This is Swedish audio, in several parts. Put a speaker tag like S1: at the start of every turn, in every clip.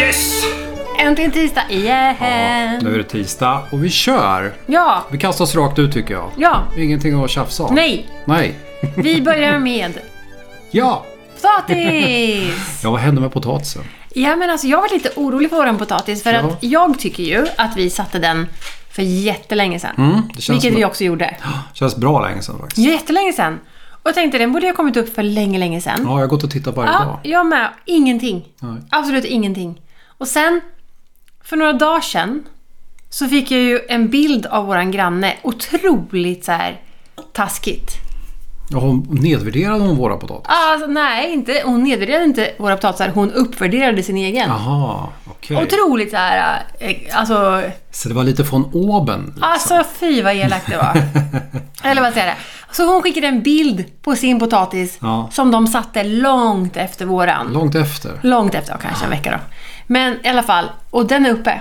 S1: Yes!
S2: Äntligen tisdag igen!
S1: Nu är det tisdag och vi kör.
S2: Ja,
S1: Vi kastar oss rakt ut tycker jag.
S2: ja,
S1: Ingenting att tjafsa om.
S2: nej!
S1: Nej.
S2: Vi börjar med
S1: Ja.
S2: potatis!
S1: Ja, vad hände med potatisen?
S2: Ja, men alltså jag var lite orolig för våran potatis för
S1: Ja.
S2: att jag tycker ju att vi satte den för jättelänge sedan.
S1: Mm, det känns,
S2: Vilket vi
S1: bra,
S2: också gjorde.
S1: känns bra länge sedan faktiskt.
S2: Jättelänge sedan! Och jag tänkte den borde ju ha kommit upp för länge, länge sedan.
S1: Ja, jag har gått och tittat varje
S2: Ja,
S1: dag.
S2: jag med. Ingenting.
S1: Nej.
S2: Absolut ingenting. Och sen, för några dagar sedan, så fick jag ju en bild av våran granne. Otroligt så här taskigt.
S1: Ja, hon nedvärderade hon våra potatis?
S2: Alltså, nej, inte. hon nedvärderade inte våra potatisar. Hon uppvärderade sin egen.
S1: Jaha, okej.
S2: Otroligt så här, eh, alltså,
S1: Så det var lite från oben? Liksom.
S2: alltså fy vad elakt det var. Eller vad säger jag? Så hon skickade en bild på sin potatis
S1: Ja.
S2: som de satte långt efter våran.
S1: Långt efter.
S2: Långt efter, ja, kanske en vecka då. Men i alla fall, och den är uppe.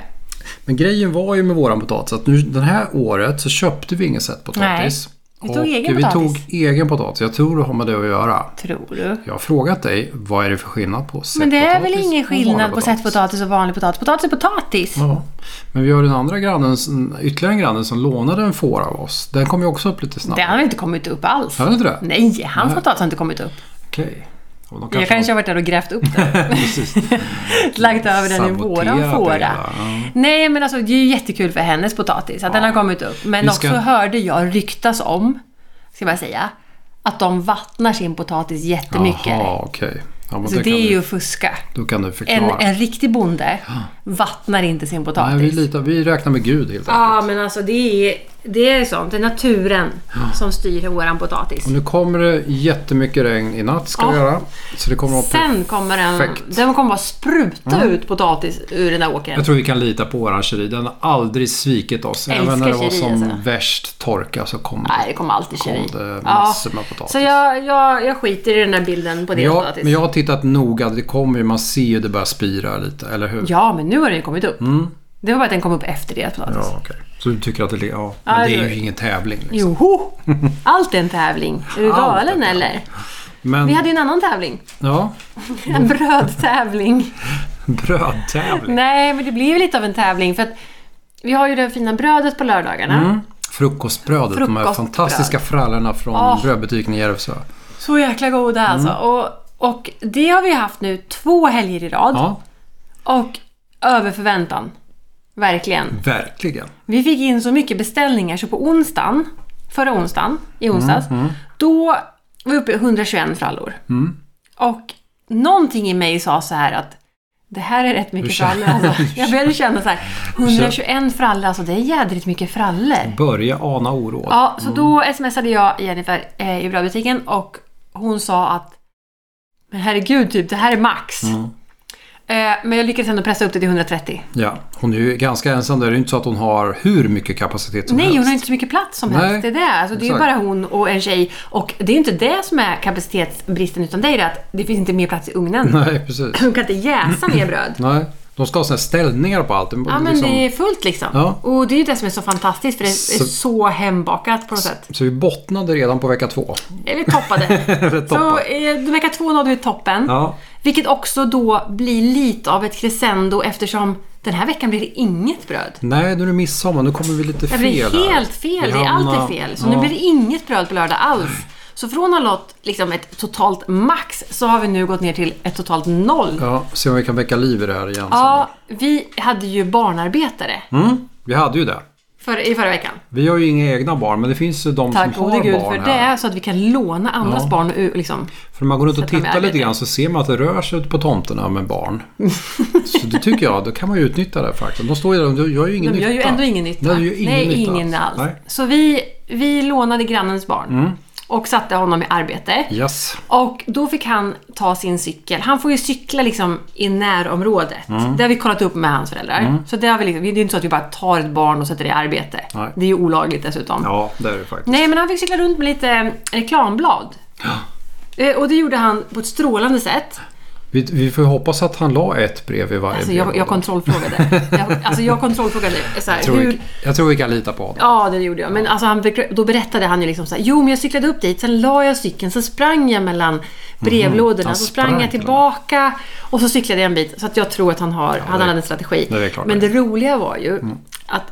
S1: Men grejen var ju med våran potatis att nu, det här året så köpte vi ingen potatis.
S2: Nej, vi tog egen
S1: vi
S2: potatis.
S1: tog egen potatis. Jag tror det har med det att göra.
S2: Tror du?
S1: Jag har frågat dig, vad är det för skillnad på
S2: Men det är väl
S1: sättpotatis
S2: ingen
S1: och vanlig
S2: skillnad på sättpotatis och vanlig potatis? Potatis är potatis.
S1: Ja. Men vi har den andra grannen, ytterligare en grannen som lånade en får av oss. Den kom ju också upp lite snabbt.
S2: Den har inte kommit upp alls.
S1: Hörde du det?
S2: Nej, hans
S1: Nej.
S2: potatis har inte kommit upp.
S1: Okej. Och de
S2: Jag kanske har varit där och grävt upp den.
S1: Precis.
S2: Lagt över den i
S1: Saboterat det
S2: våran fåra.
S1: hela, ja.
S2: Nej men alltså det är ju jättekul för hennes potatis att den har kommit upp. Men
S1: Vi ska-
S2: också hörde jag ryktas om, ska jag bara säga, att de vattnar sin potatis jättemycket.
S1: Jaha, okej. Ja, men
S2: Så
S1: det
S2: det
S1: kan
S2: är
S1: du,
S2: ju att fuska.
S1: då kan du
S2: En,
S1: förklara.
S2: en riktig bonde vattnar inte sin
S1: Nej, vi,
S2: potatis.
S1: litar, vi räknar med Gud helt enkelt.
S2: Ja men alltså det är, det är sånt, det är naturen som styr våran potatis.
S1: Och nu kommer det jättemycket regn i natt ska det
S2: Ja.
S1: göra. Så det kommer att vara
S2: Sen kommer den,
S1: perfekt.
S2: den kommer bara spruta ut potatis ur den där åkern.
S1: Jag tror vi kan lita på våran Cherie. Den har aldrig svikit oss.
S2: Älskar
S1: Även när det var
S2: Cherie,
S1: som
S2: alltså.
S1: värst torka så kom
S2: Nej, det
S1: det.
S2: kommer alltid
S1: kom
S2: kemi.
S1: det massor med potatis.
S2: Så jag, jag, jag skiter i den där bilden på
S1: Men
S2: din
S1: jag,
S2: potatis.
S1: men jag har tittat noga. Det kommer ju, man ser ju det börjar spira lite, eller hur?
S2: Ja, men nu har den ju kommit upp. Det var bara att den kom upp efter det potatis.
S1: Mm. Ja, okej. Så du tycker att det, ja, men
S2: Ja,
S1: det
S2: det
S1: är
S2: är-
S1: ju ingen tävling. Liksom.
S2: Joho! Allt är en tävling. Är du
S1: Allt är en
S2: galen
S1: tävling.
S2: eller?
S1: Men,
S2: Vi hade ju en annan tävling.
S1: ja, Mm.
S2: En brödtävling.
S1: brödtävling.
S2: Nej, men det blev ju lite av en tävling för att vi har ju det fina brödet på lördagarna.
S1: Mm. Frukostbrödet, de här
S2: Frukostbröd. Ah.
S1: fantastiska frallorna från
S2: Åh.
S1: brödbutiken i Järvsö.
S2: Så jäkla goda alltså.
S1: Mm.
S2: Och, och det har vi haft nu två helger i rad.
S1: Ja,
S2: Och över förväntan. Verkligen.
S1: verkligen.
S2: Vi fick in så mycket beställningar så på onsdagen, förra onsdagen, i onsdags, då var vi uppe i 121 frallor. Och någonting i mig sa så här att det här är rätt mycket
S1: känner-
S2: frallor. Alltså. Jag började känna så här, 121 frallor, alltså det är jädrigt mycket frallor.
S1: Börja ana oråd.
S2: Ja, så då smsade jag Jennifer eh, i brödbutiken och hon sa att men herregud, typ, det här är max. Eh, men jag lyckades ändå pressa upp det till 130.
S1: Ja, hon är ju ganska ensam där. Det är ju inte så att hon har hur mycket kapacitet som
S2: Nej,
S1: helst.
S2: hon har inte så mycket plats som
S1: Nej,
S2: helst. Det är det. Alltså, det är ju
S1: exakt.
S2: bara hon och en tjej. Och det är inte det som är kapacitetsbristen, utan det är det att det finns inte mer plats i ugnen.
S1: Nej, precis.
S2: Hon kan inte jäsa mer bröd.
S1: Nej, de ska ha såna här ställningar på allt.
S2: Ja, men
S1: liksom-
S2: det är fullt liksom.
S1: Ja.
S2: Och det är ju det som är så fantastiskt, för det är
S1: Så-
S2: så, hembakat på något sätt.
S1: Så vi bottnade redan på vecka två.
S2: Eller toppade.
S1: Eller
S2: så
S1: toppade.
S2: eh, vecka två nådde vi toppen.
S1: Ja.
S2: Vilket också då blir lite av ett crescendo eftersom den här veckan blir det inget bröd.
S1: Nej, nu är det midsommar. Nu kommer vi lite
S2: Det
S1: fel
S2: blir
S1: här.
S2: helt fel.
S1: Vi
S2: Det är allt är
S1: hamnar-
S2: fel. Så nu blir det inget bröd på lördag alls. Så från att ha nått liksom ett totalt max så har vi nu gått ner till ett totalt noll. Ja,
S1: Ja, se om vi kan väcka liv i det här igen. Ja.
S2: vi hade ju barnarbetare
S1: Mm, vi hade ju det.
S2: för, i förra veckan.
S1: Vi har ju inga egna barn, men det finns ju de
S2: Tack
S1: som har
S2: gode gud
S1: barn
S2: för
S1: här.
S2: det, så att vi kan låna andras
S1: Ja.
S2: barn. ur- Liksom.
S1: För när man går runt och
S2: att de är
S1: tittar lite
S2: arbetare.
S1: grann så ser man att det rör sig ute på tomterna med barn. så det tycker jag, då kan man ju utnyttja det faktiskt. De står ju där och de gör ju ingen
S2: De
S1: nytta.
S2: gör ju ändå ingen nytta.
S1: Nej, det gör ingen
S2: Nej,
S1: nytta
S2: ingen alls.
S1: alls. Nej. Mm.
S2: Så vi, vi lånade grannens barn och satte honom i arbete.
S1: Yes.
S2: Och då fick han ta sin cykel. Han får ju cykla liksom i närområdet.
S1: Mm.
S2: Det har vi kollat upp med hans föräldrar. Så det, har vi liksom, det är ju inte så att vi bara tar ett barn och sätter det i arbete.
S1: Nej.
S2: Det är ju olagligt dessutom.
S1: Ja, det är det faktiskt.
S2: Nej, men han fick cykla runt med lite eh, reklamblad. Eh, Och det gjorde han på ett strålande sätt.
S1: Vi, vi får ju hoppas att han la ett brev i varje
S2: Alltså jag, jag
S1: brevlåda.
S2: kontrollfrågade. Jag, alltså jag kontrollfrågade så här,
S1: jag, tror
S2: hur,
S1: vi, jag tror vi kan lita på honom.
S2: Ja, det gjorde jag. Men alltså han, bekr- då berättade han ju liksom så här, jo men jag cyklade upp dit, sen la jag cykeln, sen sprang jag mellan brevlådorna,
S1: Han
S2: så sprang
S1: Mhm. sprang
S2: jag tillbaka och så cyklade jag en bit. Så att jag tror att han har, han hade en strategi.
S1: det är klart Mm.
S2: men
S1: det.
S2: det roliga var ju att,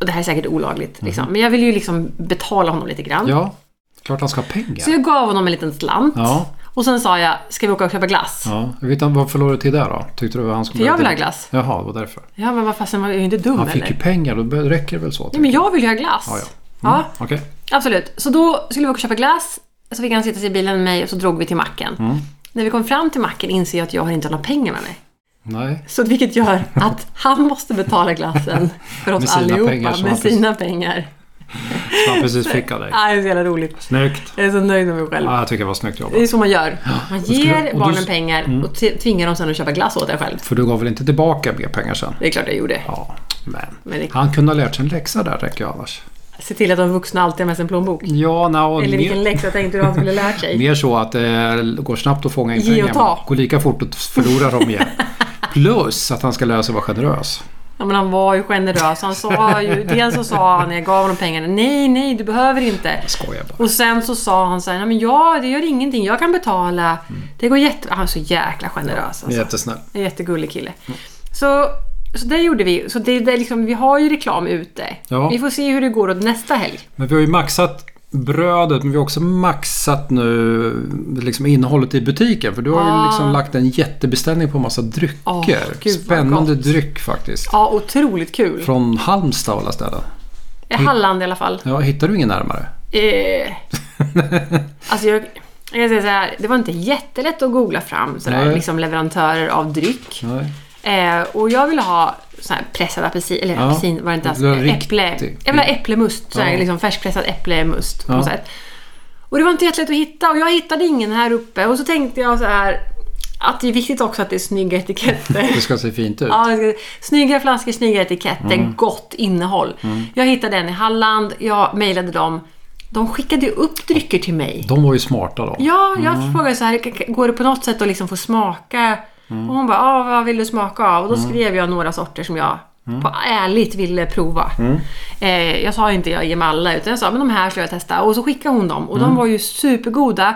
S2: och det här är säkert olagligt, liksom, men jag ville ju liksom betala honom lite grann.
S1: Mhm. Ja, klart han ska ha pengar.
S2: Så jag gav honom en liten slant.
S1: Ja.
S2: Och sen sa jag, ska vi åka och köpa glass?
S1: Ja, jag vet inte, varför la du till det då? Tyckte du att han skulle...
S2: För jag vill ha glass.
S1: Jaha, det var därför.
S2: Ja, men vad fasen, var jag är ju inte dum
S1: Han
S2: eller?
S1: fick ju pengar, då be- räcker det väl så?
S2: Nej, men jag vill ju ha glass.
S1: Ja, Mm. ja.
S2: ja.
S1: Okej.
S2: Absolut. Så då skulle vi åka och köpa glass. Så fick han sitta sig i bilen med mig och så drog vi till macken.
S1: Mm.
S2: När vi kom fram till macken inser jag att jag har inte några pengar med mig.
S1: Nej.
S2: Så vilket gör att han måste betala glassen för oss
S1: Med sina
S2: allihopa
S1: pengar som
S2: med
S1: han precis-
S2: sina pengar.
S1: Så han precis fick av dig.
S2: Ah, det är så jävla roligt.
S1: Snyggt.
S2: Jag är så nöjd med mig själv.
S1: Ja, jag tycker det var snyggt
S2: Det
S1: jobbat.
S2: är så man gör. Man
S1: skulle-
S2: ger
S1: och Mm. då-
S2: barnen pengar och t- tvingar dem sen att köpa glass åt en själv.
S1: För du gav väl inte tillbaka mer pengar sen?
S2: Det är klart jag gjorde.
S1: Ja, men.
S2: Men det-
S1: Han kunde ha lärt sig en läxa där, räcker jag annars.
S2: Se till att de vuxna alltid har med sig en plånbok.
S1: Ja, no,
S2: Eller vilken
S1: mer,
S2: läxa tänkte du att han skulle lärt sig?
S1: mer så att eh, det går snabbt att fånga in
S2: Ge och
S1: pengar.
S2: ta.
S1: men Går lika fort att förlora dem igen. Plus att han ska lära sig vara generös.
S2: Ja, men han var ju generös. Han sa ju, dels så sa han när jag gav honom pengarna, nej, nej, du behöver inte.
S1: Jag skojar bara.
S2: Och sen så sa han så här, nej men ja, det gör ingenting, jag kan betala. Det går jätte... Han är så jäkla generös alltså.
S1: Jättesnäll.
S2: En jättegullig kille. Så, så det gjorde vi. Så det, det är liksom, vi har ju reklam ute.
S1: Ja.
S2: Vi får se hur det går åt nästa helg.
S1: Men vi har ju maxat brödet men vi har också maxat nu liksom innehållet i butiken. För du har ju liksom lagt en jättebeställning på en massa
S2: Ah. Åh,
S1: drycker.
S2: gud, vad
S1: Spännande dryck faktiskt.
S2: Ja, otroligt kul.
S1: Från Halmstad av alla ställen.
S2: I Halland i alla fall.
S1: Ja, hittar du ingen närmare?
S2: Eh, alltså jag, jag säger så här, det var inte jättelätt att googla fram sådär,
S1: Nej.
S2: liksom leverantörer av dryck.
S1: Nej.
S2: Eh, och jag ville ha sån här pressad apelsin, eller
S1: Ja.
S2: apelsin var det inte alls.
S1: Du vill ha
S2: Äpple.
S1: riktig.
S2: Jag vill ha äpplemust, sån här,
S1: Ja.
S2: liksom färskpressad äpplemust på
S1: Ja.
S2: något sätt. Och det var inte jättelätt att hitta och jag hittade ingen här uppe. Och så tänkte jag så här att det är viktigt också att det är snygga etiketter.
S1: Det ska se fint ut.
S2: Ja, det ska- snygga flaskor, snygga etiketter,
S1: Mm.
S2: gott innehåll. Jag hittade en i Halland, jag mejlade dem. De skickade ju upp drycker till mig.
S1: De var ju smarta då.
S2: Ja, jag
S1: Mm.
S2: frågade så här, "K- k- går det på något sätt att liksom få smaka?
S1: Mm.
S2: Och hon bara, ah, vad vill du smaka av? Och då skrev jag några sorter som jag
S1: Mm.
S2: på ärligt ville prova. Eh, jag sa inte jag ger mig alla, utan jag sa men de här ska jag testa. Och så skickade hon dem och
S1: Mm.
S2: de var ju supergoda.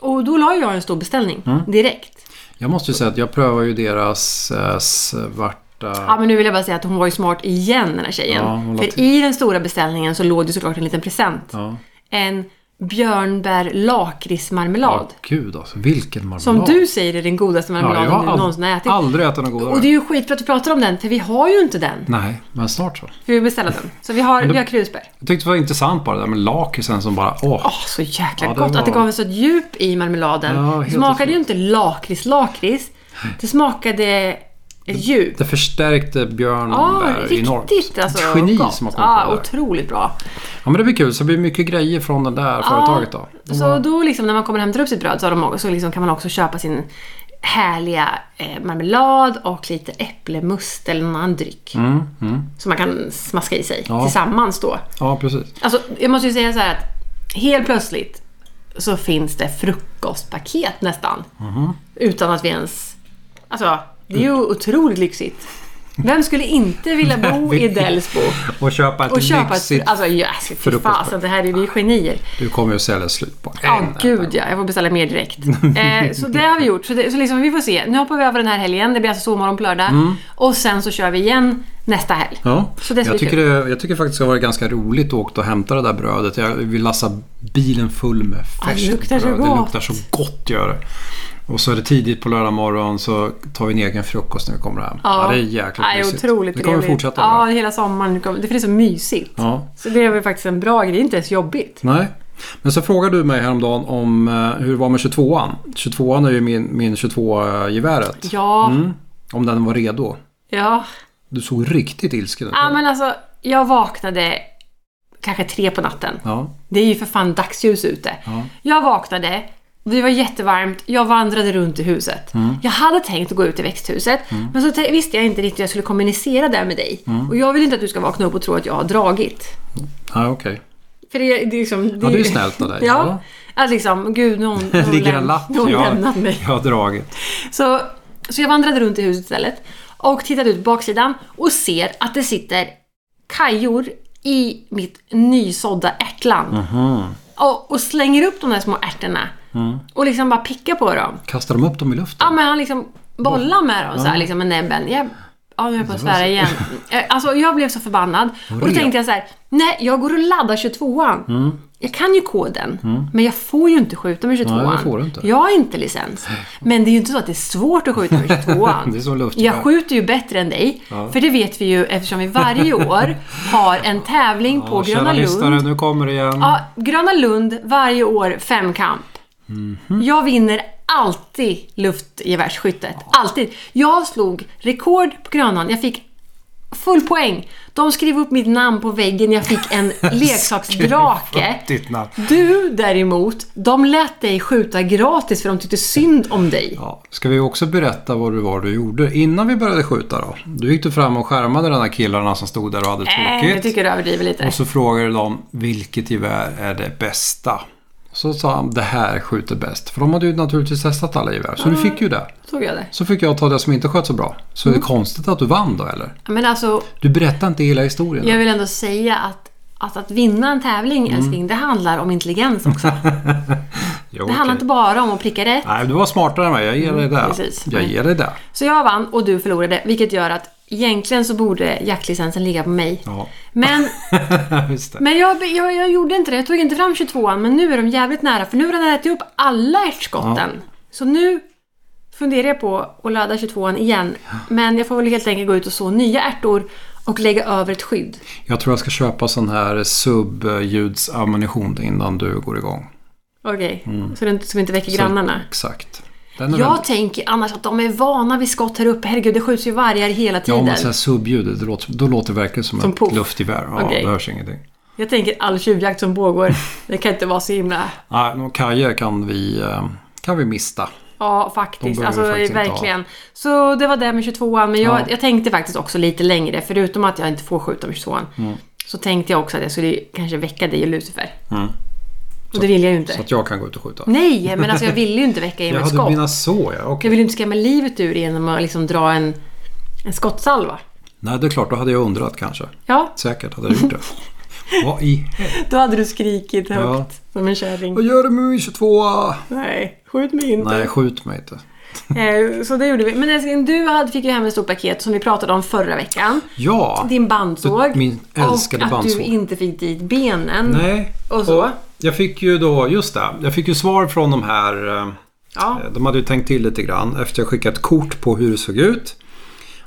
S2: Och då la jag en stor beställning
S1: Mm.
S2: direkt.
S1: Jag måste ju säga att jag prövar ju deras eh, svarta...
S2: Ja, men nu vill jag bara säga att hon var ju smart igen den här tjejen.
S1: Ja, hon la
S2: För
S1: till.
S2: i den stora beställningen så låg det såklart en liten present.
S1: Ja.
S2: En björnbär lakritsmarmelad.
S1: Ja, gud alltså. Vilken marmelad.
S2: Som du säger är den godaste
S1: ja,
S2: marmeladen
S1: jag har
S2: du någonsin har
S1: ald-
S2: ätit.
S1: aldrig ätit något godare.
S2: Och det är ju skitbra att du pratar om den, för vi har ju inte den.
S1: Nej, men snart så.
S2: För vi beställde den. Så vi har, vi har krusbär.
S1: Jag tyckte det var intressant bara det där med lakritsen som bara... Åh,
S2: Åh, så jäkla
S1: Ja, det
S2: gott att det
S1: var-
S2: gav en sånt djup i marmeladen.
S1: Ja, helt
S2: det smakade ju inte lakrits, lakrits. Det smakade ett djup.
S1: Det förstärkte Björn
S2: Ja,
S1: Berg enormt.
S2: Ah, riktigt alltså.
S1: Ett geni
S2: gott.
S1: som har kommit
S2: ja,
S1: på det där.
S2: Otroligt bra.
S1: Ja, men det blir kul. Så det blir mycket grejer från det
S2: Ah.
S1: där företaget då.
S2: Ja, Så då liksom när man kommer och hämtar upp sitt bröd så, har de, så liksom kan man också köpa sin härliga eh, marmelad och lite äpplemust eller någon annan dryck. Som man kan smaska i sig
S1: Ja.
S2: tillsammans då.
S1: Ja, precis.
S2: Alltså, jag måste ju säga så här att helt plötsligt så finns det frukostpaket nästan.
S1: Mhm.
S2: Utan att vi ens... Alltså, det är ju
S1: Mm.
S2: otroligt lyxigt. Vem skulle inte vilja bo i Delsbo
S1: Och köpa ett
S2: och köpa
S1: lyxigt...
S2: ett... Alltså, yes, fy
S1: frukostpaket.
S2: fasen, det här är vi genier.
S1: Du kommer ju att sälja slut på en.
S2: Ja,
S1: enda.
S2: gud ja. Jag får beställa mer direkt. eh, så det har vi gjort. Så, det, så liksom, vi får se. Nu hoppar vi över den här helgen. Det blir alltså sovmorgon på lördag. Och sen så kör vi igen nästa helg.
S1: Mm. Ja.
S2: Så det ska
S1: jag,
S2: bli
S1: tycker det, jag tycker faktiskt det har varit ganska roligt att åka och hämta det där brödet. Jag vill lassa bilen full med
S2: det
S1: färskt
S2: luktar så
S1: bröd.
S2: gott.
S1: Det luktar så gott gör det. Och så är det tidigt på lördag morgon så tar vi en egen frukost när vi kommer hem. Ja, det är jäkligt
S2: Nej,
S1: mysigt.
S2: otroligt
S1: Det kommer vi
S2: trevligt.
S1: fortsätta
S2: Ja,
S1: med.
S2: hela sommaren. Det kommer- Det är så mysigt.
S1: Ja.
S2: Så det är väl faktiskt en bra grej. Det är inte ens jobbigt.
S1: Nej. Men så frågade du mig häromdagen om eh, hur det var med 22an. 22an är ju min, min 22-geväret.
S2: Ja,
S1: Om den var redo.
S2: ja.
S1: Du såg riktigt ilsken ut.
S2: Ja, men alltså. Jag vaknade kanske tre på natten.
S1: Ja,
S2: Det är ju för fan dagsljus ute.
S1: Ja.
S2: Jag vaknade, det var jättevarmt, jag vandrade runt i huset. Jag hade tänkt att gå ut i växthuset, men så te- visste jag inte riktigt hur jag skulle kommunicera det med dig. Och jag vill inte att du ska vakna upp och tro att jag har dragit.
S1: ja okej.
S2: För det, det är liksom...
S1: Ja, det är ju snällt av dig.
S2: Ja.
S1: Ja.
S2: Att liksom, gud, någon, någon,
S1: Ligger
S2: läm-
S1: en lapp.
S2: någon
S1: jag,
S2: lämnat mig.
S1: Jag har dragit.
S2: Så, så jag vandrade runt i huset istället och tittade ut baksidan och ser att det sitter kajor i mitt nysådda ärtland. Och, och slänger upp de där små ärtorna. Och liksom bara pickar på dem.
S1: Kastar de upp dem i
S2: Ja
S1: luften?
S2: men han liksom bollar med dem så här, liksom med näbben. Jag, ja, men jag är på att svära igen. Eh, Alltså jag blev så förbannad. Och då
S1: det? Mm.
S2: tänkte jag så här, nej jag går och laddar 22an. Jag kan ju koden, men jag får ju inte skjuta med 22an.
S1: Nej, det får du inte.
S2: Jag har inte licens. Men det är ju inte så att det är svårt att skjuta med 22an.
S1: Det är som luftgevär.
S2: jag skjuter ju bättre än dig, för det vet vi ju eftersom vi varje år har en tävling på
S1: Ja,
S2: Gröna
S1: kära
S2: Lund.
S1: lyssnare, nu kommer det igen.
S2: Ja, Gröna Lund varje år femkamp.
S1: Mhm.
S2: Jag vinner alltid luftgevärsskyttet. Alltid. Jag slog rekord på Grönan. Jag fick full poäng. De skrev upp mitt namn på väggen. Jag fick en leksaksdrake.
S1: Ditt namn.
S2: Du däremot, de lät dig skjuta gratis för de tyckte synd om dig.
S1: Ja, ska vi också berätta vad det var du gjorde innan vi började skjuta då? Du gick du fram och skärmade de här killarna som stod där och hade
S2: Äh,
S1: tråkigt.
S2: jag tycker du överdriver lite.
S1: Och så frågade de vilket gevär är det bästa? Så sa han det här skjuter bäst. För de hade ju naturligtvis testat alla gevär. Så
S2: Mm.
S1: du fick ju det.
S2: Såg jag det?
S1: Så fick jag ta det som inte sköt så bra. Så
S2: Mm.
S1: är det konstigt att du vann då eller?
S2: Ja, Men alltså,
S1: Du berättar inte hela historien.
S2: jag vill ändå säga att, att att vinna en tävling, älskling,
S1: Mm.
S2: det handlar om intelligens också.
S1: Jo,
S2: Det handlar
S1: okej.
S2: inte bara om att pricka rätt.
S1: Nej, du var smartare än mig. Jag ger dig det.
S2: precis.
S1: Jag ger dig det.
S2: Så jag vann och du förlorade, vilket gör att egentligen så borde jaktlicensen ligga på mig.
S1: Ja,
S2: Men,
S1: just det.
S2: men jag, jag, jag gjorde inte det. Jag tog inte fram 22an, men nu är de jävligt nära för nu har han ätit upp alla ärtskotten. Så nu funderar jag på att ladda 22an igen. Men jag får väl helt enkelt gå ut och så nya ärtor och lägga över ett skydd.
S1: Jag tror jag ska köpa sån här subljudsammunition innan du går igång.
S2: Okej, så, det inte- så vi inte väcker grannarna.
S1: Exakt. Den är väldigt...
S2: Jag tänker annars att de är vana vid skott här uppe. Herregud, det skjuts ju vargar hela
S1: Ja,
S2: tiden.
S1: om man säger subljud, det låter, då låter det verkligen som,
S2: Som
S1: ett
S2: puff.
S1: luftgevär. Ja,
S2: Okej.
S1: Det hörs ingenting.
S2: Jag tänker all tjuvjakt som pågår, det kan inte vara så himla...
S1: Nej, några kajer kan vi, eh, kan vi mista.
S2: Ja,
S1: De
S2: faktiskt.
S1: behöver
S2: Alltså,
S1: faktiskt inte
S2: verkligen. Så det var det med 22an, men jag,
S1: Ja.
S2: jag tänkte faktiskt också lite längre. Förutom att jag inte får skjuta med 22an,
S1: Mm.
S2: så tänkte jag också att jag skulle kanske väcka dig och Lucifer. Och det vill jag ju inte.
S1: Mm. Så att jag kan gå ut och skjuta.
S2: Nej, men alltså jag ville ju inte väcka er
S1: jag
S2: med ett
S1: hade
S2: skott.
S1: mina så, ja.
S2: Jag
S1: Okej.
S2: ville ju inte skrämma livet ur er genom att liksom dra en, en skottsalva.
S1: Nej, det är klart. Då hade jag undrat kanske.
S2: Ja,
S1: Säkert hade jag gjort det. Vad i helvete?
S2: då hade du skrikit högt
S1: Ja.
S2: som en kärring.
S1: Vad gör du med min 22
S2: Nej, skjut mig inte.
S1: Nej, skjut mig inte.
S2: Eh, Så det gjorde vi. Men älskling, du hade- fick ju hem ett stort paket som vi pratade om förra veckan.
S1: Ja,
S2: Din bandsåg.
S1: min älskade
S2: och
S1: bandsåg.
S2: att du inte fick dit benen.
S1: nej.
S2: Och så.
S1: jag fick ju då, just det. Jag fick ju svar från de här eh,
S2: Ja.
S1: De hade ju tänkt till lite grann efter jag skickat kort på hur det såg ut.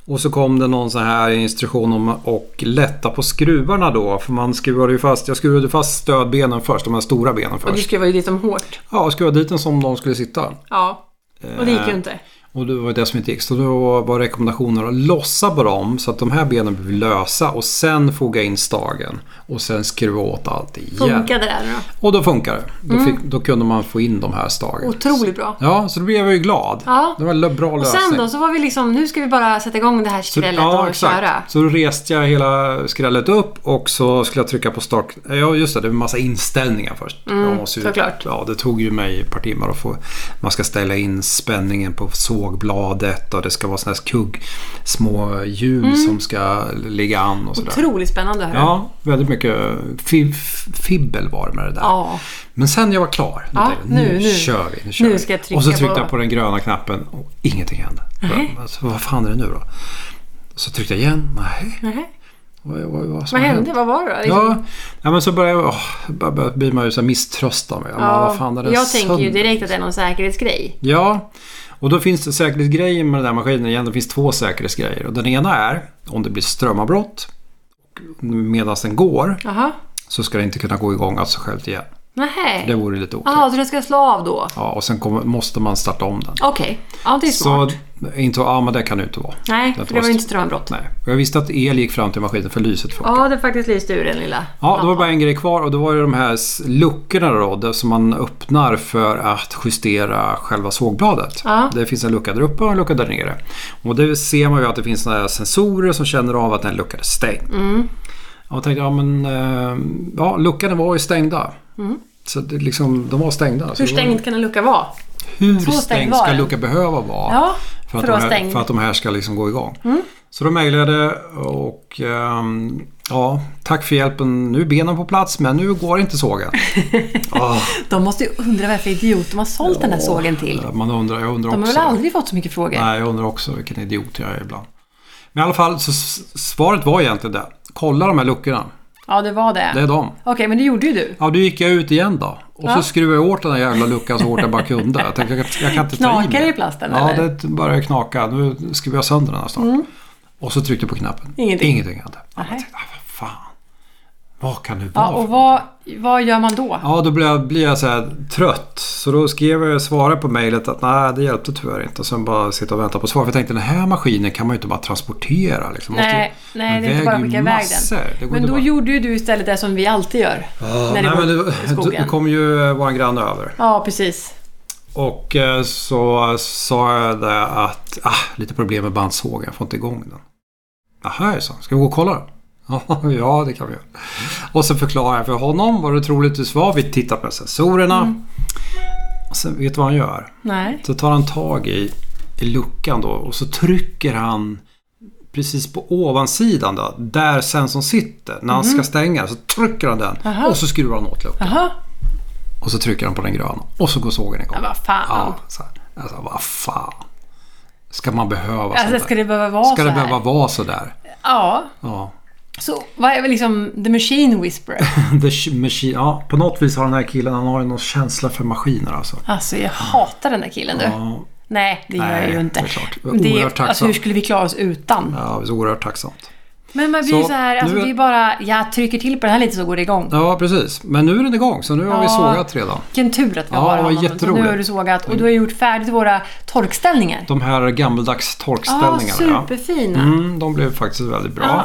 S1: Och så kom det någon sån här instruktion om att lätta på skruvarna då. För man skruvade ju fast, jag skruvade fast stödbenen först, de här stora benen
S2: Och du
S1: först.
S2: skruvade ju dit dem hårt.
S1: Ja, och skruvade dit den som de skulle sitta.
S2: Ja. Och det gick
S1: Eh,
S2: ju inte.
S1: Och det var det som inte gick. Så då var rekommendationen att lossa på dem så att de här benen blev lösa och sen foga in stagen. Och sen skruva åt allt igen.
S2: Funkade det här då?
S1: Och då funkar det. Då, fick, då kunde man få in de här stagen.
S2: Mm. Otroligt bra.
S1: Ja, så då blev jag ju glad.
S2: Ja.
S1: Det var en bra lösning.
S2: Och sen då så var vi liksom, nu ska vi bara sätta igång det här skrället och köra.
S1: Så då reste jag hela skrället upp och så skulle jag trycka på start. Ja, just det. Det var en massa inställningar först. jag måste ju,
S2: Mm, såklart.
S1: Ja, det tog ju mig ett par timmar att få... Man ska ställa in spänningen på sågbladet och det ska vara såna här kugg... Små hjul som ska ligga an och sådär.
S2: Mm. Otroligt spännande hörru.
S1: Ja, väldigt mycket fib, fibbel var det med det där.
S2: Ja.
S1: Men sen jag var klar, då
S2: Ja,
S1: tänkte jag, nu,
S2: nu, nu.
S1: kör vi. Nu, kör
S2: Nu
S1: vi.
S2: ska jag trycka
S1: och så tryckte
S2: på-
S1: jag på den gröna knappen och ingenting hände.
S2: Nej.
S1: Alltså, vad fan är det nu då? Så tryckte jag igen. Nej,
S2: Nähä.
S1: vad, vad, vad, som
S2: Vad
S1: har
S2: Mhm. hände?
S1: hänt?
S2: Vad var det då? Liksom,
S1: Ja, ja, men så började jag... Åh, bör- bör- blir man ju så här misströstan. Ja, men vad fan är det
S2: jag tänker ju
S1: sönder?
S2: direkt att det är någon säkerhetsgrej.
S1: Ja, och då finns det säkerhetsgrejer med den där maskinen igen. Det finns två säkerhetsgrejer. Och den ena är om det blir strömavbrott medan den går
S2: Jaha.
S1: så ska det inte kunna gå igång av sig självt igen. Det
S2: Nähä.
S1: vore lite otur.
S2: Jaha, så det ska slå av då?
S1: Ja, och sen kommer, måste man starta om den.
S2: Okej. Ja, det är smart.
S1: Så inte, ja, men det kan det ju inte vara.
S2: Nej,
S1: Det
S2: för det var
S1: var-
S2: ju inte strömavbrott.
S1: Nej. Och jag visste att el gick fram till maskinen för lyset funkar.
S2: Ja, det faktiskt lyste ur den lilla.
S1: Ja, då var det bara en grej kvar och då var det de här s- luckorna då, där som man öppnar för att justera själva sågbladet.
S2: Ja.
S1: Det finns en lucka där uppe och en lucka där nere. Och det ser man ju att det finns såna här sensorer som känner av att den luckan är stängd. Mm. Jag tänkte, ja men eh, ja, luckan var ju stängda. Så det, liksom, de var stängda. Så
S2: Hur
S1: det var-
S2: stängd kan en lucka vara?
S1: hur
S2: så stängd
S1: stängd
S2: var
S1: ska
S2: den?
S1: lucka behöva vara?
S2: Ja,
S1: För att,
S2: för att
S1: de
S2: vara
S1: här,
S2: stängd. Mm.
S1: för att de här ska liksom gå igång. Så de mejlade och ehm, ja, tack för hjälpen. Nu är benen på plats men nu går inte sågen. Ah,
S2: De måste ju undra varför idiot de har sålt den här sågen till.
S1: man undrar, jag undrar
S2: De har
S1: också.
S2: väl aldrig fått så mycket frågor?
S1: Nej, jag undrar också vilken idiot jag är ibland. Men i alla fall, så s- svaret var egentligen det. Kolla de här luckorna.
S2: Ja, det var det.
S1: Det är de.
S2: Okej, men det gjorde ju du.
S1: Ja, då gick jag ut igen då. Och så skruvade jag åt den där jävla luckan så hårt jag bara kunde. Jag tänkte, jag, kan- jag kan inte ta i
S2: Knakar
S1: mer.
S2: det i plasten,
S1: Ja,
S2: eller? Mm.
S1: det började knaka. Nu skruvar jag sönder den här snart. Och så tryckte jag på knappen.
S2: Ingenting.
S1: Ingenting hände. Jag
S2: Nej.
S1: tänkte, ah, vad fan. Vad kan det vara?
S2: Ja,
S1: för
S2: och vad, vad gör man då?
S1: Ja, då blev jag, blev jag så här trött. Så då skrev jag svarade på mejlet att nej, det hjälpte tyvärr inte. Och sen bara sitta och vänta på svar. För jag tänkte den här maskinen kan man ju inte bara transportera. Liksom. Måste ju-
S2: nej, nej, det är
S1: väger
S2: inte bara att
S1: ju
S2: skicka iväg
S1: massor. Det går
S2: den. Men
S1: inte
S2: då
S1: bara-
S2: gjorde ju du istället det som vi alltid gör.
S1: Ja,
S2: när det
S1: nej,
S2: går
S1: men
S2: i
S1: det,
S2: skogen.
S1: det kom ju eh, våran granne över.
S2: Ja, precis.
S1: Och eh, så sa jag det att ah, lite problem med bandsågen, jag får inte igång den. Jaha, jag sa Ska vi gå och kolla då? ja, det kan vi göra. Och så förklarar jag för honom vad det troligtvis var. Vi tittar på sensorerna. Och sen vet du vad han gör?
S2: Nej.
S1: Så tar han tag i, i luckan då och så trycker han precis på ovansidan då, där sensorn sitter. När han ska stänga så trycker han den
S2: Aha.
S1: och så skruvar han åt luckan.
S2: Jaha.
S1: Och så trycker han på den gröna och så går sågen igång.
S2: Ja, vad fan.
S1: Ja, så här. Alltså, vad fan. Ska man behöva
S2: Alltså,
S1: sådär?
S2: ska det behöva vara
S1: Ska
S2: så
S1: det
S2: här?
S1: behöva vara sådär?
S2: Ja.
S1: Ja.
S2: Så vad är väl liksom the machine whisperer?
S1: The sh- machine. Ja, på något vis har den här killen, han har ju någon känsla för maskiner alltså.
S2: Alltså jag hatar den där killen du.
S1: Ja,
S2: Nej, det gör
S1: Nej,
S2: jag ju
S1: det
S2: inte.
S1: är klart. Jag är
S2: Men
S1: oerhört tacksam.
S2: alltså, hur skulle vi klara oss utan?
S1: ja det är så oerhört tacksamt.
S2: Men man blir ju
S1: Så,
S2: så här, alltså,
S1: nu-
S2: det är bara, jag trycker till på det här lite så går det igång.
S1: Ja, precis. Men nu är den igång, så nu har vi
S2: Ja.
S1: sågat redan.
S2: Vilken tur att vi
S1: Ja,
S2: har
S1: det var
S2: honom. Så nu
S1: jätteroligt. Mm.
S2: har du sågat och du har gjort färdigt våra torkställningar.
S1: De här gammeldags
S2: Ja,
S1: torkställningarna. ja.
S2: superfina.
S1: Mm, de blev faktiskt väldigt bra.
S2: Ah, Ja.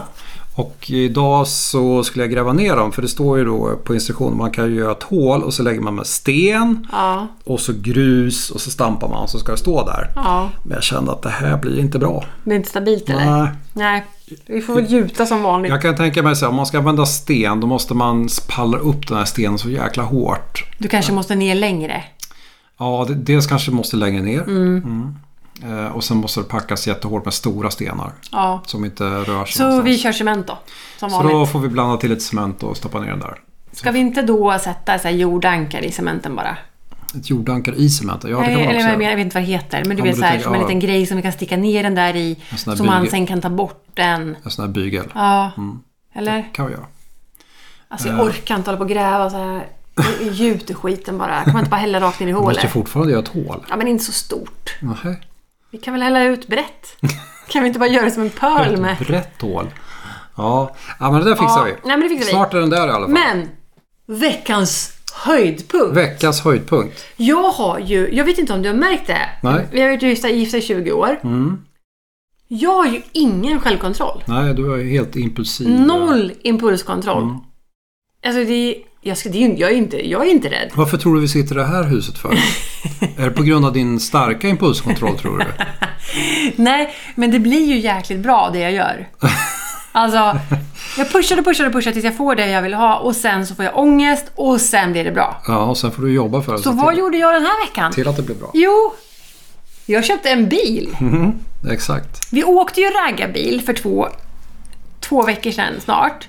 S1: Och idag så skulle jag gräva ner dem för det står ju då på instruktionen man kan ju göra ett hål och så lägger man med sten
S2: Ja,
S1: och så grus och så stampar man så ska det stå där.
S2: ja.
S1: Men jag kände att det här blir inte bra.
S2: Det är inte stabilt eller?
S1: Nej.
S2: Nej. Vi får väl gjuta som vanligt.
S1: Jag kan tänka mig så här, om man ska använda sten då måste man pallra upp den här stenen så jäkla hårt.
S2: Du kanske måste ner längre.
S1: Ja, det- dels kanske det måste längre ner. Mm. Eh, Och sen måste det packas jättehårt med stora stenar
S2: Ja.
S1: som inte rör sig
S2: Så
S1: någonstans.
S2: vi kör cement då. Som
S1: Så
S2: vanligt.
S1: då får vi blanda till lite cement och stoppa ner den där.
S2: Ska vi inte då sätta så här jordankar i cementen bara?
S1: Ett jordankare i cementen, ja det kan
S2: Nej,
S1: man
S2: eller
S1: också
S2: vad jag
S1: göra.
S2: menar, jag vet inte vad det heter. Men du
S1: Ja, men
S2: vet
S1: du
S2: så här,
S1: tänker,
S2: som en
S1: ja.
S2: liten grej som vi kan sticka ner den där i.
S1: En sån här
S2: Så man
S1: bygel.
S2: sen kan ta bort den.
S1: En sån här bygel.
S2: Ja.
S1: Mm.
S2: Eller?
S1: kan vi göra.
S2: Alltså jag orkar inte hålla på och gräva så här. Det är Gjut i skiten bara. Kan man inte bara hälla rakt ner
S1: Vi
S2: i
S1: måste
S2: hålet?
S1: fortfarande göra ett hål.
S2: Ja men inte så stort.
S1: Nähä.
S2: Vi kan väl hälla ut brett? Kan vi inte bara göra det som en pöl med?
S1: Ett brett hål. Ja. ja, men det där fixar
S2: Ja,
S1: vi.
S2: nej, men det fixar vi.
S1: Snart är den där i alla fall.
S2: Men! Veckans höjdpunkt.
S1: Veckans höjdpunkt.
S2: Jag har ju, jag vet inte om du har märkt det.
S1: Nej. Mm.
S2: Vi har varit gifta- gifta i 20 år. Jag har ju ingen självkontroll.
S1: Nej, du är ju helt impulsiv.
S2: Noll impulskontroll.
S1: Mm.
S2: Alltså det är, jag, ska, det är, ju- jag, är inte, jag är inte rädd.
S1: Varför tror du vi sitter i det här huset för? är det på grund av din starka impulskontroll tror du?
S2: Nej, men det blir ju jäkligt bra det jag gör. Alltså, jag pushar och pushar och pushar tills jag får det jag vill ha och sen så får jag ångest och sen blir det bra.
S1: Ja, och sen får du jobba för det.
S2: Så vad gjorde jag den här veckan?
S1: Alltså, till att det blir bra.
S2: Jo, jag köpte en bil.
S1: Mhm, Exakt.
S2: Vi åkte ju raggarbil för två, två veckor sedan snart.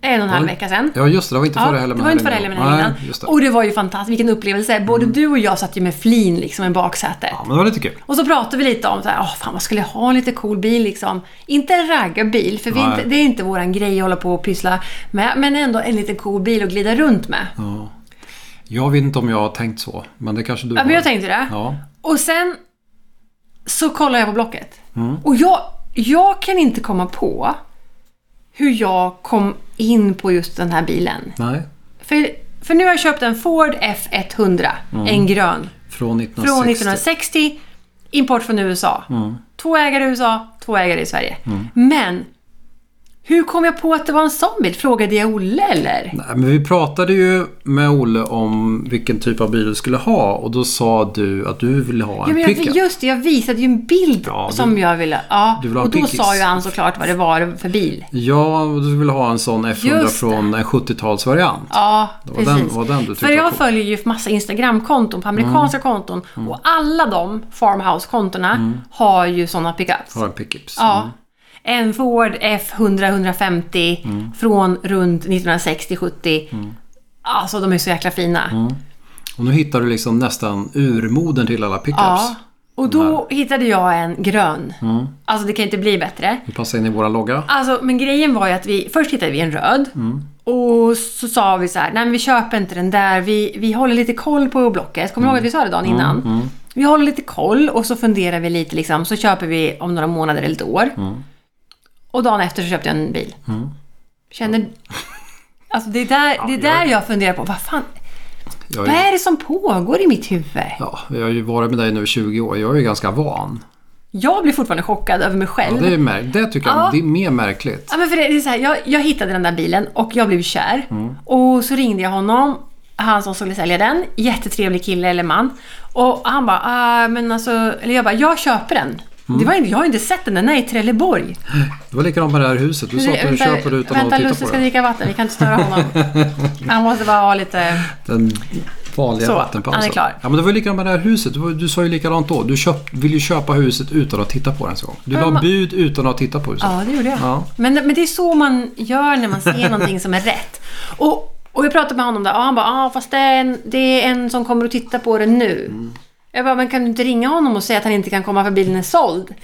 S2: En och en halv
S1: Ja.
S2: vecka sedan.
S1: Ja, just det. Det var inte
S2: Ja,
S1: förra heller
S2: det var inte förra helgen men helgen
S1: Nej,
S2: innan.
S1: just det. Mm.
S2: Och det var ju fantastiskt, vilken upplevelse. Både du och jag satt ju med flin liksom i baksätet.
S1: Ja, men det var lite kul.
S2: Och så pratade vi lite om så här, "Åh, fan vad skulle jag ha en lite cool bil liksom. Inte en raggarbil, för vi är
S1: Nej.
S2: inte, det är inte våran grej att hålla på och pyssla med. Men ändå en liten cool bil att glida runt med. Ja,
S1: Ja. Jag vet inte om jag har tänkt så, men det kanske du har.
S2: men jag tänkte det.
S1: Ja.
S2: Och sen så kollar jag på Blocket.
S1: Mm.
S2: Och jag, jag kan inte komma på hur jag kom in på just den här bilen.
S1: Nej.
S2: För, för nu har jag köpt en Ford F100,
S1: Mm.
S2: en grön.
S1: Från
S2: Från
S1: 1960.
S2: 1960,
S1: Mm.
S2: import från USA. Två ägare i USA, två ägare i Sverige. Men Hur kom jag på att det var en sån bild? Frågade jag Olle eller?
S1: Nej, men vi pratade ju med Olle om vilken typ av bil du skulle ha och då sa du att du ville ha
S2: Ja,
S1: en
S2: men jag,
S1: pickup.
S2: just det, jag visade ju en bild
S1: Ja, du-
S2: som jag ville... Ja,
S1: du vill ha en
S2: och då
S1: pickis.
S2: sa ju han såklart vad det var för bil.
S1: Ja, och du ville ha en sån F100
S2: Just det.
S1: från en 70-talsvariant.
S2: Ja,
S1: var
S2: precis.
S1: den- var den du tyckte Mm.
S2: För
S1: var
S2: jag
S1: cool.
S2: följer ju massa Instagram-konton på amerikanska konton och alla de farmhouse-kontona
S1: Mm.
S2: har ju sådana pickups.
S1: Har en pickups.
S2: Ja. En Ford F100-150 från runt 1960-70. Alltså de är så jäkla fina.
S1: Och nu hittar du liksom nästan urmoden till alla pickups.
S2: Ja. Och då hittade jag en grön. Alltså det kan inte bli bättre.
S1: Du passar in i våra logga.
S2: Alltså, men grejen var ju att vi... Först hittade vi en röd.
S1: Mm.
S2: Och så sa vi så här, nej men vi köper inte den där. Vi, vi håller lite koll på Blocket. Kommer du
S1: Mm.
S2: ihåg att vi sa det dagen innan? Vi håller lite koll och så funderar vi lite liksom. Så köper vi om några månader eller ett år.
S1: Mm.
S2: Och dagen efter så köpte jag en bil. Känner... Alltså det är där, det är där jag funderar på, vad fan...
S1: Jag
S2: Vad
S1: är,
S2: är det som pågår i mitt huvud?
S1: ja, jag har ju varit med dig nu i 20 år. Jag är ju ganska van.
S2: Jag blir fortfarande chockad över mig själv.
S1: Ja, det, är märk- det tycker jag
S2: Ja.
S1: det är mer märkligt.
S2: Ja, men för det, det är så här, jag, jag hittade den där bilen och jag blev kär. Och så ringde jag honom, han som skulle sälja den. Jättetrevlig kille eller man. Och han bara, ah, men alltså... Eller jag bara, jag köper den. Det var, inte- jag har inte sett den, den är i Trelleborg.
S1: Det var likadant med det här huset. Du sa att du
S2: Vänta,
S1: köper det utan
S2: vänta,
S1: att
S2: Lusse
S1: titta på
S2: ska
S1: det.
S2: dricka vatten, vi kan inte störa honom. han måste bara ha lite...
S1: Den vanliga
S2: Så,
S1: vattenpausen.
S2: han är klar.
S1: Ja, men det var ju likadant med det här huset. Du, var- du sa ju likadant då. Du köp, vill ju köpa huset utan att titta på det ens en gång. Du la
S2: man-
S1: bud utan att titta på huset.
S2: Ja, det gjorde jag.
S1: Ja.
S2: Men, men det är så man gör när man ser någonting som är rätt. Och, och jag pratade med honom där och han bara, ah, fast det är, en, det är en som kommer och tittar på det nu. Jag bara, men kan du inte ringa honom och säga att han inte kan komma för bilen är såld?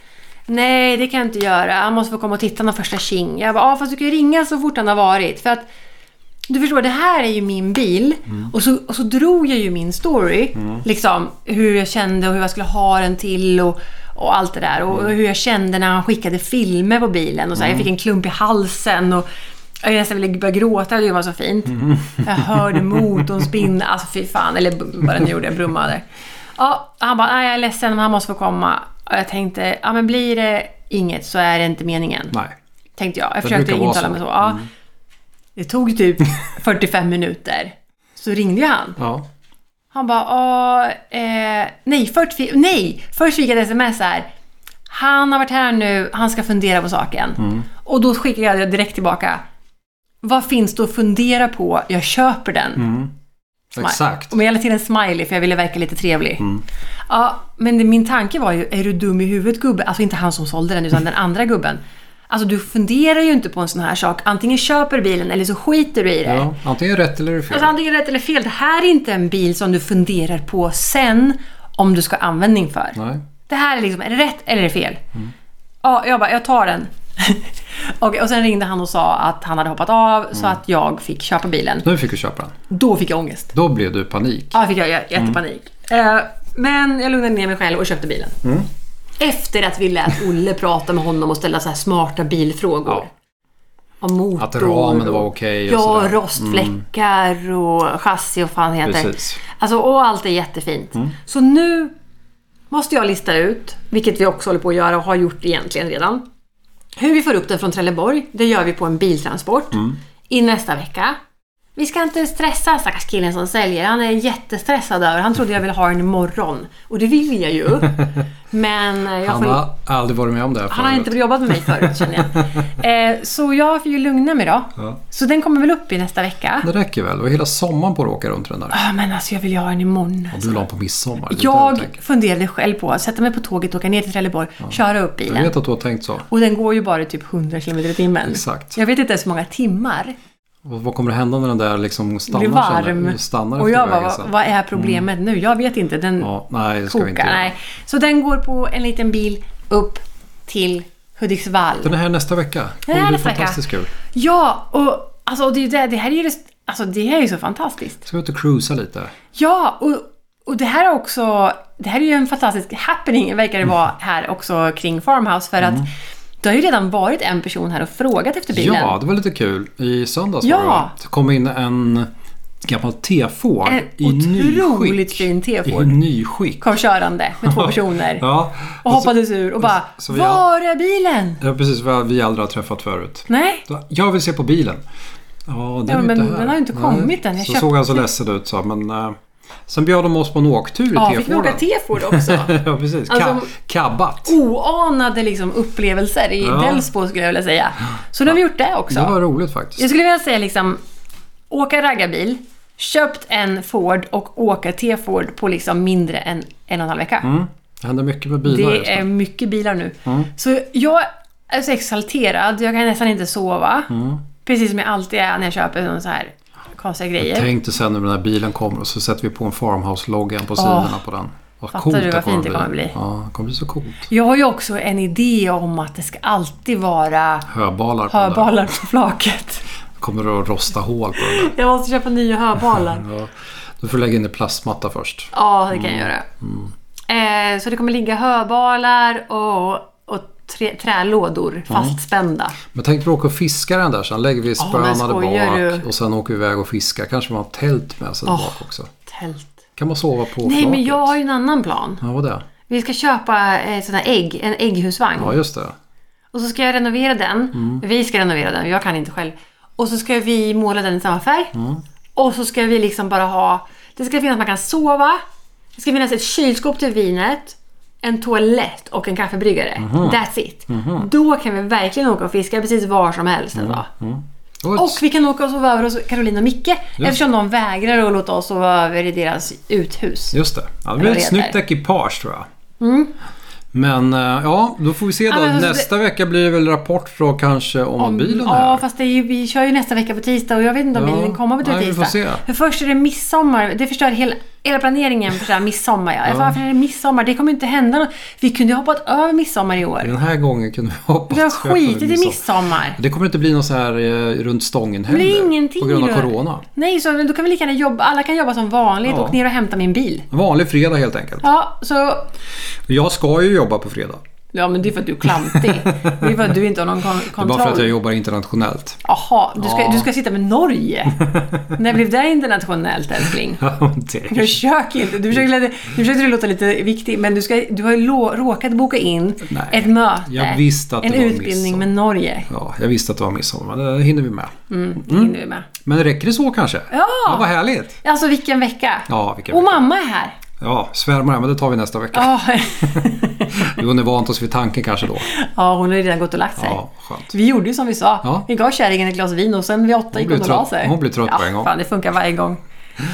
S2: Nej, det kan jag inte göra. Han måste få komma och titta någon första tjing. Jag bara, ah, fast du kan ju ringa så fort han har varit. För att du förstår, det här är ju min bil. Och, så, och så drog jag ju min story. Liksom, hur jag kände och hur jag skulle ha den till och, och allt det där. Och, och hur jag kände när han skickade filmer på bilen. Och så här, Jag fick en klump i halsen. Och, jag nästan ville börja gråta, det var så fint. Jag hörde motorn spinna, alltså fy fan. Eller b- vad den gjorde, brummade. Ja, han bara, nej jag är ledsen men han måste få komma. Och jag tänkte, ja men blir det inget så är det inte meningen.
S1: Nej.
S2: Tänkte jag. Jag
S1: brukar
S2: försökte
S1: vara
S2: intala
S1: så. Mm.
S2: mig så. Ja. Det tog typ 45 minuter. Så ringde ju han.
S1: Ja.
S2: Han bara, "Ah, eh, nej, 40, nej, först fick jag ett sms här. Han har varit här nu, han ska fundera på saken.
S1: Mm.
S2: Och då skickade jag direkt tillbaka. Vad finns det att fundera på? Jag köper den.
S1: Mm. Exakt.
S2: Och jag lade till en smiley för jag ville verka lite trevlig. Ja, men det, min tanke var ju, är du dum i huvudet gubbe? Alltså inte han som sålde den utan den andra gubben. Alltså du funderar ju inte på en sån här sak. Antingen köper du bilen eller så skiter du i det.
S1: Ja, antingen rätt eller fel.
S2: Alltså antingen rätt eller fel. Det här är inte en bil som du funderar på sen om du ska ha användning för.
S1: Nej.
S2: Det här är liksom, är det rätt eller är det fel? Ja, jag bara, jag tar den. och, och sen ringde han och sa att han hade hoppat av så att jag fick köpa bilen.
S1: Nu fick du köpa den.
S2: Då fick jag ångest.
S1: Då blev du panik.
S2: Ja, jag fick jag jä- jättepanik. Eh, Men jag lugnade ner mig själv och köpte bilen.
S1: Mm.
S2: Efter att vi lät Olle prata med honom och ställa så här smarta bilfrågor.
S1: Ja.
S2: Om motor.
S1: Att ramen var okej och
S2: Ja,
S1: sådär. Mm.
S2: rostfläckar och chassi och fan det heter.
S1: Precis. Mm.
S2: Alltså, och allt är jättefint. Så nu måste jag lista ut, vilket vi också håller på att göra och har gjort egentligen redan. Hur vi får upp den från Trelleborg, det gör vi på en
S1: Mm.
S2: biltransport i nästa vecka. Vi ska inte stressa stackars killen som säljer. Han är jättestressad över Han trodde jag ville ha den imorgon. Och det vill jag ju. Men eh, jag
S1: Han
S2: får...
S1: har aldrig varit med om det här
S2: Han har
S1: förut.
S2: inte jobbat med mig förut känner jag. Eh, så jag får ju lugna mig då.
S1: Ja.
S2: Så den kommer väl upp i nästa vecka.
S1: Det räcker väl? Det var hela sommaren på att åka runt den där.
S2: Ah, men alltså jag vill ju ha den imorgon. alltså.
S1: Och du la på midsommar. Det är det
S2: Jag
S1: tänker.
S2: funderade själv på att sätta mig på tåget, åka ner till Trelleborg, köra upp
S1: Jag
S2: bilen.
S1: vet att du har tänkt så.
S2: Och den går ju bara i typ 100 km i timmen.
S1: Exakt.
S2: Jag vet inte ens hur många timmar.
S1: Och vad kommer att hända när den där liksom stannar?
S2: Blir
S1: sen?
S2: varm.
S1: Den Stannar
S2: och
S1: efter
S2: jag
S1: vägen
S2: bara,
S1: sen.
S2: vad är problemet nu? Jag vet inte. Den
S1: Mm. Ja, nej, det ska vi inte
S2: kokar.
S1: göra.
S2: Nej. Så den går på en liten bil upp till Hudiksvall.
S1: Den är här nästa vecka.
S2: Den är här
S1: bli
S2: nästa vecka.
S1: fantastiskt kul.
S2: Ja, och alltså, det, är ju det, det här är ju det, alltså, det här är ju så fantastiskt.
S1: Ska vi ut och cruisa lite?
S2: Ja, och, och det här är också... Det här är ju en fantastisk happening, verkar det
S1: Mm.
S2: vara, här också kring Farmhouse. För att det har ju redan varit en person här och frågat efter bilen.
S1: Ja, det var lite kul. I söndags
S2: Ja.
S1: var det. Det kom in en gammalt tefår
S2: En
S1: i
S2: otroligt
S1: nyskick.
S2: fin
S1: I
S2: T-Ford
S1: nyskick.
S2: kom körande med två personer
S1: Ja,
S2: och hoppades ur och bara
S1: så vi all-
S2: Var är bilen?
S1: det är precis vad vi aldrig har träffat förut.
S2: Nej,
S1: Så, Jag vill se på bilen. Ja, den
S2: Ja,
S1: är
S2: men
S1: inte här.
S2: den har ju inte kommit än. Jag
S1: så
S2: köpte
S1: såg han så ledsen ut så, men... Eh, sen bjöd de oss på en åktur i
S2: ja, fick vi
S1: T-Forden.
S2: åka T-Ford också?
S1: Ja, precis.
S2: Alltså-
S1: Ka- kabbat.
S2: Oanade liksom upplevelser i
S1: Ja.
S2: Delsbo skulle jag vilja säga. Så nu har vi gjort det också.
S1: Det var roligt faktiskt.
S2: Jag skulle vilja säga liksom, åka raggarbil, köpt en Ford och åka T-Ford på liksom mindre än en och en halv vecka.
S1: Mm. Det händer mycket med bilar just
S2: Det
S1: nu.
S2: är mycket bilar nu.
S1: Mm.
S2: Så jag är så exalterad, jag kan nästan inte sova.
S1: Mm.
S2: Precis som jag alltid är när jag köper någon så här konstiga grejer.
S1: Tänk dig sen när den här bilen kommer och så sätter vi på en farmhouse-loggan på sidorna på den. Vad
S2: Fattar du vad fint det kommer bli?
S1: Ja, det kommer bli så coolt.
S2: Jag har ju också en idé om att det ska alltid vara
S1: Höbalar på den där.
S2: hörbalar på flaket.
S1: Kommer du att rosta hål på den
S2: Jag måste köpa nya hörbalar.
S1: där. Ja. Du får lägga in en plastmatta först.
S2: Ja, det kan jag göra. Eh, så det kommer ligga hörbalar och, och trä, trälådor fastspända.
S1: Men tänk på att åka och fiska den där sen. Lägger vi
S2: men
S1: spönade
S2: skojar
S1: bak
S2: du?
S1: och sen åker vi iväg och fiskar. Kanske man har tält med sig bak också.
S2: Tält.
S1: Kan man sova på
S2: Nej, men
S1: flaket?
S2: jag har ju en annan plan.
S1: Ja, vad det?
S2: Vi ska köpa eh, sån här ägg, en ägghusvagn.
S1: Ja, just det.
S2: Och så ska jag renovera den. Vi ska renovera den, jag kan inte själv. Och så ska vi måla den i samma färg. Och så ska vi liksom bara ha... Det ska finnas man kan sova. Det ska finnas ett kylskåp till vinet. En toalett och en kaffebryggare. That's it. Då kan vi verkligen åka och fiska precis var som helst en dag.
S1: Det var ett
S2: Och vi kan åka och sova över hos Caroline och Micke. Eftersom de vägrar att låta oss sova över i deras uthus.
S1: Just det. Ja, det blir
S2: Eller
S1: ett snyggt
S2: vad det Mm.
S1: ekipage tror jag. Men eh, ja, då får vi se då.
S2: Ja, men alltså,
S1: Nästa vecka blir det väl rapport då kanske om, bilen här.
S2: Mm, Ja, fast det är ju, vi kör ju nästa vecka på tisdag och jag vet inte om
S1: Ja,
S2: bilen kommer på
S1: nej, vi
S2: tisdag.
S1: får se.
S2: För först är det midsommar. Det förstör hela, hela planeringen för så här midsommar. Ja. Varför är det midsommar? Det kommer inte hända något. Vi kunde ju ha hoppat över midsommar i år.
S1: Den här gången kunde vi hoppas.
S2: Vi har
S1: på att
S2: skitit
S1: det
S2: i
S1: blir så.
S2: midsommar.
S1: Det kommer inte bli någon så här eh, runt stången
S2: Det
S1: heller.
S2: blir ingenting.
S1: på grund av
S2: då.
S1: corona.
S2: Nej, så då kan vi lika gärna jobba. Alla kan jobba som vanligt.
S1: Ja.
S2: Åk ner och hämta min bil.
S1: En vanlig fredag helt enkelt.
S2: Ja, så...
S1: Jag ska ju jobba på fredag.
S2: Ja, men det är för att du är klantig. Det är för att du inte har någon kon-
S1: Det är bara för att jag
S2: kontroll.
S1: jobbar internationellt.
S2: Jaha, du ska,
S1: Ja.
S2: du ska sitta med Norge. När blev det internationellt, älskling?
S1: Ja, det-
S2: Försök inte. Du försökte, nu försökte du låta lite viktig, men du, ska, du har ju lå- råkat boka in
S1: Nej.
S2: ett möte.
S1: Jag visste att
S2: En
S1: det var
S2: utbildning
S1: midsommar.
S2: med Norge.
S1: ja, jag visste att det var midsommar, men det hinner vi med.
S2: Mm, det hinner vi med.
S1: Men räcker det så kanske?
S2: Ja!
S1: ja vad härligt!
S2: Alltså vilken vecka!
S1: Ja, vilken
S2: och
S1: vecka.
S2: mamma är här!
S1: Ja, svärmare, men det tar vi nästa vecka.
S2: Ja.
S1: Vi har vant oss vid tanken kanske då.
S2: ja, hon har ju redan gått och lagt sig.
S1: Ja, skönt.
S2: Vi gjorde ju som vi sa.
S1: Ja.
S2: Vi gav kärringen ett glas vin och sen vid åtta gick
S1: blir
S2: hon och la
S1: trött-
S2: sig.
S1: hon blir trött
S2: ja,
S1: på en gång.
S2: Fan, det funkar varje gång.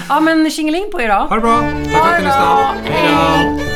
S2: Ja, men tjingeling på er då.
S1: Ha det bra! Tack för att ni lyssnade!
S2: Hej!
S1: Hej då!